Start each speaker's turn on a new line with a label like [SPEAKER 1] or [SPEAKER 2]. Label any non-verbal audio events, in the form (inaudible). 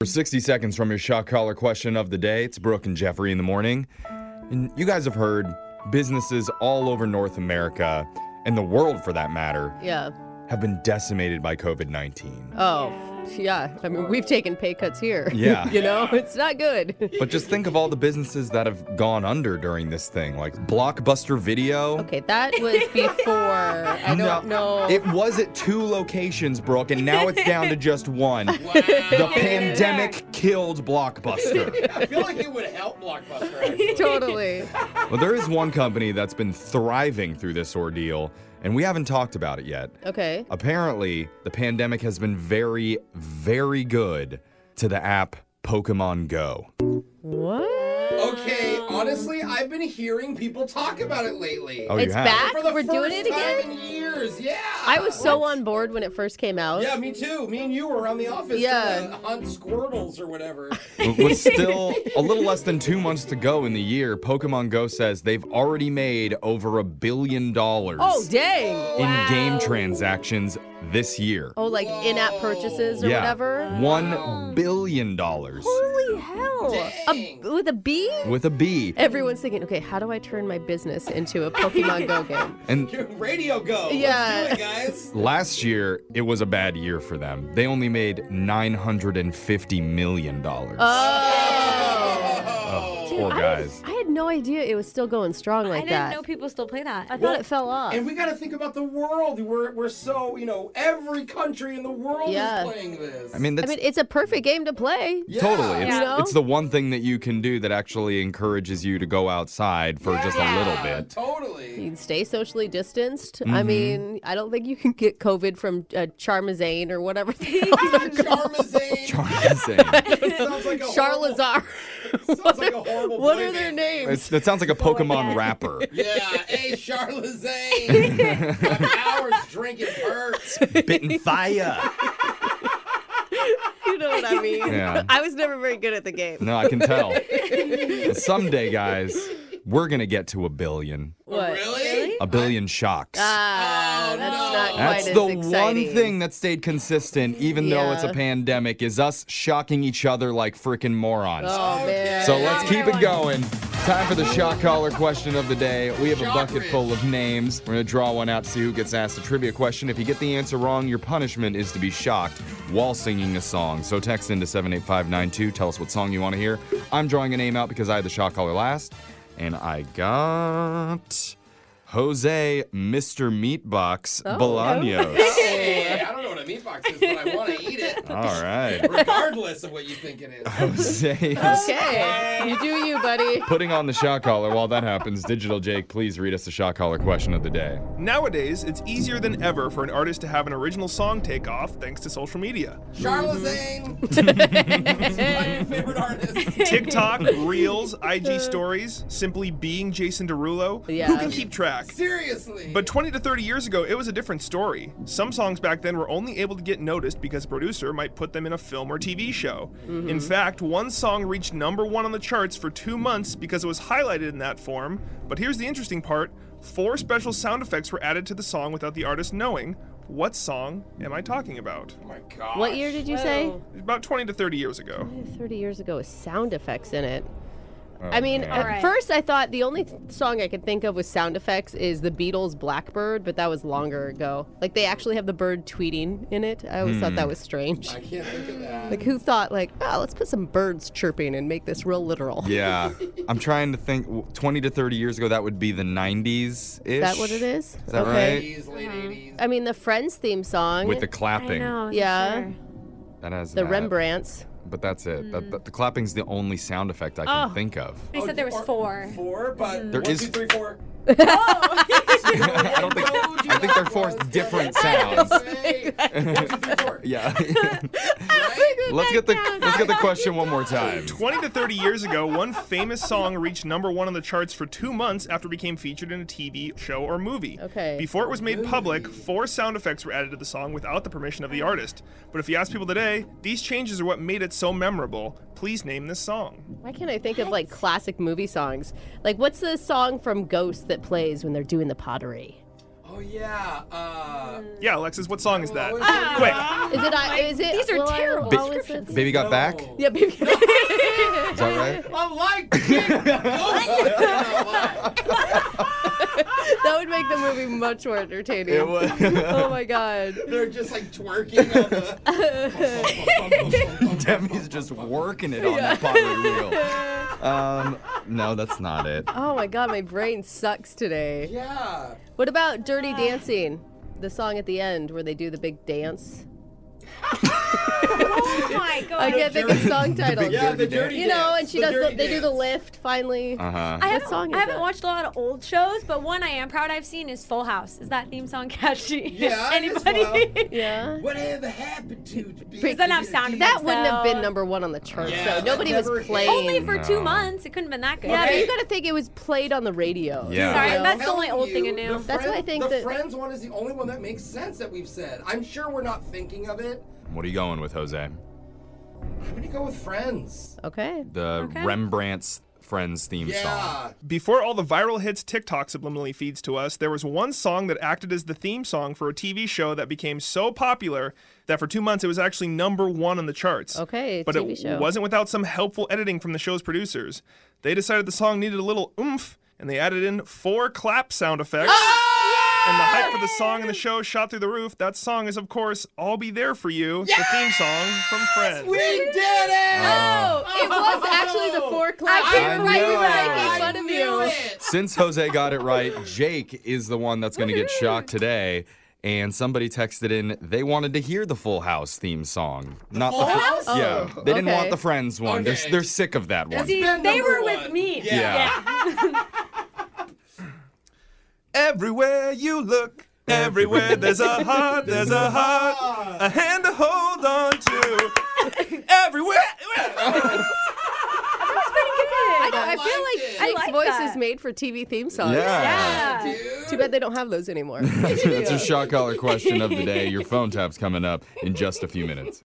[SPEAKER 1] For 60 seconds from your shot collar question of the day, it's Brooke and Jeffrey in the morning. And you guys have heard businesses all over North America and the world for that matter
[SPEAKER 2] Yeah.
[SPEAKER 1] have been decimated by COVID 19.
[SPEAKER 2] Oh, yeah. I mean, we've taken pay cuts here.
[SPEAKER 1] Yeah.
[SPEAKER 2] (laughs) you know, it's not good.
[SPEAKER 1] But just think of all the businesses that have gone under during this thing, like Blockbuster Video.
[SPEAKER 2] Okay, that (laughs) was before. I don't know.
[SPEAKER 1] It was at two locations, Brooke, and now it's down to just one. The pandemic killed Blockbuster.
[SPEAKER 3] I feel like it would help Blockbuster.
[SPEAKER 2] (laughs)
[SPEAKER 3] Actually.
[SPEAKER 2] totally.
[SPEAKER 1] well, there is one company that's been thriving through this ordeal, and we haven't talked about it yet.
[SPEAKER 2] Okay.
[SPEAKER 1] Apparently, the pandemic has been very, very good to the app Pokemon Go.
[SPEAKER 2] What?
[SPEAKER 1] Oh,
[SPEAKER 3] Okay, honestly, I've been hearing people talk about it lately.
[SPEAKER 1] Oh, you
[SPEAKER 2] it's
[SPEAKER 1] have?
[SPEAKER 2] back.
[SPEAKER 3] For the
[SPEAKER 2] We're
[SPEAKER 3] first
[SPEAKER 2] doing it
[SPEAKER 3] time
[SPEAKER 2] again.
[SPEAKER 3] in years, yeah.
[SPEAKER 2] I was so on board when it first came out.
[SPEAKER 3] Yeah, me too. Me and you were around the office
[SPEAKER 2] Yeah.
[SPEAKER 3] to uh, hunt squirtles or whatever. (laughs)
[SPEAKER 1] W-
[SPEAKER 2] (laughs)
[SPEAKER 1] With still a little less than two months to go in the year, Pokemon Go says they've already made over a billion dollars
[SPEAKER 2] Oh, dang.
[SPEAKER 1] in game transactions this year.
[SPEAKER 2] Oh, like in-app purchases or
[SPEAKER 1] yeah,
[SPEAKER 2] whatever.
[SPEAKER 1] one billion dollars
[SPEAKER 2] Holy hell! A,
[SPEAKER 3] Dang.
[SPEAKER 2] with a B?
[SPEAKER 1] with a B.
[SPEAKER 2] Everyone's thinking, okay, how do I turn my business into a Pokemon (laughs) Go game?
[SPEAKER 1] And
[SPEAKER 3] Radio go.
[SPEAKER 2] Yeah.
[SPEAKER 3] Let's do it, guys.
[SPEAKER 1] last year, it was a bad year for them. They only made nine hundred and fifty million dollars.
[SPEAKER 2] (laughs) Oh.
[SPEAKER 3] Oh.
[SPEAKER 1] Poor
[SPEAKER 2] I had-
[SPEAKER 1] guys.
[SPEAKER 2] I had no idea it was still going strong like
[SPEAKER 4] I didn't
[SPEAKER 2] that.
[SPEAKER 4] know people still play that.
[SPEAKER 2] I thought it fell off.
[SPEAKER 3] Oh. And we got to think about the world. We're, we're so, you know, every country in the world
[SPEAKER 2] Yeah.
[SPEAKER 3] is playing this.
[SPEAKER 1] I mean,
[SPEAKER 2] I
[SPEAKER 1] that's
[SPEAKER 2] mean, oh. it's a perfect game to play.
[SPEAKER 3] Yeah.
[SPEAKER 1] Totally. It's,
[SPEAKER 2] You know?
[SPEAKER 1] it's the one thing that you can do that actually encourages you to go outside for just a little
[SPEAKER 3] Yeah,
[SPEAKER 1] bit. (laughs)
[SPEAKER 3] Totally.
[SPEAKER 2] You (laughs) can stay socially distanced. I
[SPEAKER 1] Mm-hmm.
[SPEAKER 2] mean, I don't think you can get COVID from uh, Charmazane or whatever. the hell
[SPEAKER 3] (laughs)
[SPEAKER 2] they're called.
[SPEAKER 3] Charmazane.
[SPEAKER 1] Insane.
[SPEAKER 3] sounds like a horrible-
[SPEAKER 2] (laughs) Charlazar. (laughs)
[SPEAKER 3] Sounds like a horrible
[SPEAKER 2] what
[SPEAKER 3] boy
[SPEAKER 2] are their
[SPEAKER 3] band.
[SPEAKER 2] names?
[SPEAKER 1] It's- that sounds like a Pokemon
[SPEAKER 2] (laughs)
[SPEAKER 1] rapper.
[SPEAKER 3] Yeah, hey, Charlazane. I'm hours drinking perks.
[SPEAKER 1] Bitten fire.
[SPEAKER 2] you know what I mean?
[SPEAKER 1] Yeah.
[SPEAKER 2] I was never very good at the game.
[SPEAKER 1] No, I can tell. Someday, guys, we're going to get to a billion.
[SPEAKER 2] What?
[SPEAKER 3] Really?
[SPEAKER 1] A billion shocks.
[SPEAKER 2] Ah,
[SPEAKER 3] Oh,
[SPEAKER 2] that's
[SPEAKER 3] no.
[SPEAKER 2] not quite
[SPEAKER 1] That's
[SPEAKER 2] as
[SPEAKER 1] the
[SPEAKER 2] exciting.
[SPEAKER 1] one thing that stayed consistent, even though it's
[SPEAKER 2] Yeah.
[SPEAKER 1] a pandemic, is us shocking each other like freaking morons.
[SPEAKER 2] Oh man.
[SPEAKER 1] So let's
[SPEAKER 4] Not
[SPEAKER 1] keep it
[SPEAKER 4] what I
[SPEAKER 1] going. Time for the shot collar question of the day. We have a
[SPEAKER 3] Shock
[SPEAKER 1] bucket
[SPEAKER 3] Ridge.
[SPEAKER 1] full of names. We're going to draw one out to see who gets asked a trivia question. If you get the answer wrong, your punishment is to be shocked while singing a song. So text into 78592. Tell us what song you want to hear. I'm drawing a name out because I had the shot collar last, and I got Jose Mr. Meatbox Bolaños.
[SPEAKER 3] Hey, I don't know what a meat box is, but I want to eat it.
[SPEAKER 1] All
[SPEAKER 3] (laughs)
[SPEAKER 1] right.
[SPEAKER 3] Regardless of what you think it is.
[SPEAKER 1] Jose
[SPEAKER 2] okay. You do you, buddy.
[SPEAKER 1] putting on the shot collar. While that happens, Digital Jake, please read us the shot collar question of the day.
[SPEAKER 5] Nowadays, it's easier than ever for an artist to have an original song take off thanks to social media.
[SPEAKER 3] Charlazane. my new favorite artist.
[SPEAKER 5] TikTok, Reels, IG Stories, simply being Jason Derulo.
[SPEAKER 2] Yeah.
[SPEAKER 5] Who can keep track?
[SPEAKER 3] Seriously.
[SPEAKER 5] But 20 to 30 years ago, it was a different story. Some songs back then were only able to get noticed because a producer might put them in a film or TV show. In fact, one song reached number one on the charts for two months because it was highlighted in that form. But here's the interesting part four special sound effects were added to the song without the artist knowing. What song am I talking about?
[SPEAKER 3] oh my god.
[SPEAKER 2] What year did you say?
[SPEAKER 5] About 20 to 30 years ago.
[SPEAKER 2] 30 years ago with sound effects in it.
[SPEAKER 1] Oh,
[SPEAKER 2] I mean, at
[SPEAKER 4] Alright.
[SPEAKER 2] first I thought the only th- song I could think of with sound effects is the Beatles' Blackbird, but that was longer ago. Like they actually have the bird tweeting in it. I always thought that
[SPEAKER 1] Hmm.
[SPEAKER 2] was strange.
[SPEAKER 3] I can't think of that.
[SPEAKER 2] Like who thought like, oh, let's put some birds chirping and make this real literal.
[SPEAKER 1] Yeah, I'm trying to think. w- 20 to 30 years ago, that would be the 90s.
[SPEAKER 2] Is that what it is?
[SPEAKER 1] Is that right?
[SPEAKER 3] 80s, late 80s.
[SPEAKER 2] I mean, the Friends theme song,
[SPEAKER 1] With the
[SPEAKER 4] I
[SPEAKER 1] clapping,
[SPEAKER 4] know. I'm
[SPEAKER 2] Yeah.
[SPEAKER 4] sure.
[SPEAKER 1] that has
[SPEAKER 2] the
[SPEAKER 1] that.
[SPEAKER 2] Rembrandts.
[SPEAKER 1] But that's it. That, that- the clapping's the only sound effect I can
[SPEAKER 2] Oh.
[SPEAKER 1] think of.
[SPEAKER 4] They said there was
[SPEAKER 3] Or-
[SPEAKER 4] four.
[SPEAKER 3] Four,
[SPEAKER 2] Mm.
[SPEAKER 3] but
[SPEAKER 1] There
[SPEAKER 3] one,
[SPEAKER 1] is-
[SPEAKER 3] two, three, four.
[SPEAKER 1] I don't think.
[SPEAKER 3] Told you
[SPEAKER 1] I think they're
[SPEAKER 3] that
[SPEAKER 1] four
[SPEAKER 3] was
[SPEAKER 1] different
[SPEAKER 2] (laughs)
[SPEAKER 1] sounds.
[SPEAKER 3] Charlazane. One, two, three, four.
[SPEAKER 1] Yeah. (laughs)
[SPEAKER 3] Right?
[SPEAKER 1] let's get the let's get the question one more time.
[SPEAKER 5] 20 to 30 years ago, one famous song reached number one on the charts for two months after it became featured in a TV show or movie.
[SPEAKER 2] Okay.
[SPEAKER 5] Before it was made public, four sound effects were added to the song without the permission of the artist. But if you ask people today, these changes are what made it so memorable. Please name this song.
[SPEAKER 2] Why can't I think of like classic movie songs? Like what's the song from Ghost that plays when they're doing the pottery?
[SPEAKER 3] Oh, Oh yeah. Uh,
[SPEAKER 2] Mm.
[SPEAKER 5] Yeah, Alexis, what song is that?
[SPEAKER 3] what is it?
[SPEAKER 5] Quick.
[SPEAKER 2] Is
[SPEAKER 4] (laughs)
[SPEAKER 2] it? I is it?
[SPEAKER 4] These are
[SPEAKER 2] Will I-
[SPEAKER 4] terrible
[SPEAKER 2] Will I-
[SPEAKER 4] descriptions.
[SPEAKER 1] Baby got
[SPEAKER 3] No.
[SPEAKER 1] back? Is
[SPEAKER 2] Yeah, (laughs) baby.
[SPEAKER 1] that right?
[SPEAKER 3] I'm like, big ghost. I don't know why.
[SPEAKER 2] that would make the movie much more entertaining.
[SPEAKER 1] It was.
[SPEAKER 2] Oh my god.
[SPEAKER 3] They're just like twerking. On the...
[SPEAKER 1] Demi's just working it on that
[SPEAKER 2] (laughs)
[SPEAKER 1] pottery wheel. Um, no, that's not it.
[SPEAKER 2] Oh my god, my brain sucks today.
[SPEAKER 3] yeah.
[SPEAKER 2] What about Dirty Dancing? The song at the end where they do the big dance.
[SPEAKER 4] Oh my
[SPEAKER 2] (laughs)
[SPEAKER 4] god.
[SPEAKER 2] I can't think of
[SPEAKER 1] Dirty-
[SPEAKER 2] song
[SPEAKER 1] the
[SPEAKER 2] title.
[SPEAKER 1] big
[SPEAKER 3] Yeah, the
[SPEAKER 1] Dirty dance.
[SPEAKER 3] dirty.
[SPEAKER 2] You know, and
[SPEAKER 3] dance,
[SPEAKER 2] she does.
[SPEAKER 3] dirty
[SPEAKER 2] The, they do the
[SPEAKER 3] dance.
[SPEAKER 2] lift finally.
[SPEAKER 1] Uh huh.
[SPEAKER 4] I
[SPEAKER 2] What
[SPEAKER 4] haven't,
[SPEAKER 2] song is
[SPEAKER 4] I haven't
[SPEAKER 2] that?
[SPEAKER 4] watched a lot of old shows, but one I am proud I've seen is Full House. Is that theme song catchy?
[SPEAKER 3] (laughs) Yeah, it is
[SPEAKER 4] Anybody?
[SPEAKER 2] Yeah.
[SPEAKER 3] Whatever happened to? the big
[SPEAKER 4] Does that have sound
[SPEAKER 3] community?
[SPEAKER 2] That wouldn't have been
[SPEAKER 4] So-
[SPEAKER 2] number one on the chart,
[SPEAKER 3] Yeah,
[SPEAKER 2] so nobody
[SPEAKER 3] that
[SPEAKER 2] was
[SPEAKER 3] never hit.
[SPEAKER 2] playing.
[SPEAKER 4] (laughs) Only for two
[SPEAKER 1] No.
[SPEAKER 4] months. It couldn't have been that good.
[SPEAKER 2] yeah, but
[SPEAKER 3] Hey.
[SPEAKER 2] you gotta think it was played on the radio.
[SPEAKER 1] Yeah.
[SPEAKER 4] Sorry,
[SPEAKER 2] you know?
[SPEAKER 4] that's the only
[SPEAKER 3] telling
[SPEAKER 4] old thing
[SPEAKER 3] you,
[SPEAKER 4] I knew.
[SPEAKER 3] the
[SPEAKER 2] That's why I
[SPEAKER 3] friend-
[SPEAKER 2] think
[SPEAKER 3] the
[SPEAKER 2] that-
[SPEAKER 3] friends one is the only one that makes sense that we've said. I'm sure we're not thinking of it.
[SPEAKER 1] What are you going with, Jose?
[SPEAKER 3] I'm gonna go with friends.
[SPEAKER 2] okay.
[SPEAKER 1] The
[SPEAKER 4] Okay.
[SPEAKER 1] Rembrandt's Friends theme song.
[SPEAKER 3] Yeah.
[SPEAKER 5] Before all the viral hits TikTok subliminally feeds to us, there was one song that acted as the theme song for a TV show that became so popular that for two months it was actually number one on the charts.
[SPEAKER 2] Okay,
[SPEAKER 5] but
[SPEAKER 2] TV
[SPEAKER 5] it
[SPEAKER 2] show.
[SPEAKER 5] wasn't without some helpful editing from the show's producers. They decided the song needed a little oomph, and they added in four clap sound effects. And the hype for the song and the show shot through the roof. That song is, of course, "I'll Be There for You," the theme song from Friends.
[SPEAKER 3] We did it.
[SPEAKER 2] Oh, it was actually the four clap.
[SPEAKER 4] I
[SPEAKER 1] can't believe
[SPEAKER 2] We were
[SPEAKER 1] I
[SPEAKER 2] making
[SPEAKER 1] know.
[SPEAKER 2] fun of
[SPEAKER 3] I
[SPEAKER 2] you.
[SPEAKER 3] knew it.
[SPEAKER 1] Since Jose got it right, Jake is the one that's going to get shocked today. And somebody texted in they wanted to hear the Full House theme song, not the
[SPEAKER 3] Full
[SPEAKER 1] Fr-
[SPEAKER 3] House?
[SPEAKER 1] Yeah,
[SPEAKER 2] Oh,
[SPEAKER 1] they didn't
[SPEAKER 2] okay.
[SPEAKER 1] want the Friends one. They're,
[SPEAKER 3] Okay.
[SPEAKER 1] they're sick of that one. (laughs)
[SPEAKER 2] (laughs)
[SPEAKER 4] See,
[SPEAKER 3] been
[SPEAKER 4] they
[SPEAKER 3] number
[SPEAKER 4] were with
[SPEAKER 3] one.
[SPEAKER 4] me.
[SPEAKER 3] Yeah.
[SPEAKER 1] Yeah.
[SPEAKER 5] Everywhere you look, everywhere there's a heart, there's a heart, a hand to hold on to. Everywhere.
[SPEAKER 2] (laughs) I, know, I
[SPEAKER 3] liked
[SPEAKER 2] feel
[SPEAKER 3] it.
[SPEAKER 2] like Jake's
[SPEAKER 4] I like
[SPEAKER 2] voice
[SPEAKER 4] that.
[SPEAKER 2] is made for TV theme songs.
[SPEAKER 4] Yeah.
[SPEAKER 3] Dude.
[SPEAKER 2] Too bad they don't have those anymore. (laughs)
[SPEAKER 1] That's your shock collar question of the day. Your phone tap's coming up in just a few minutes.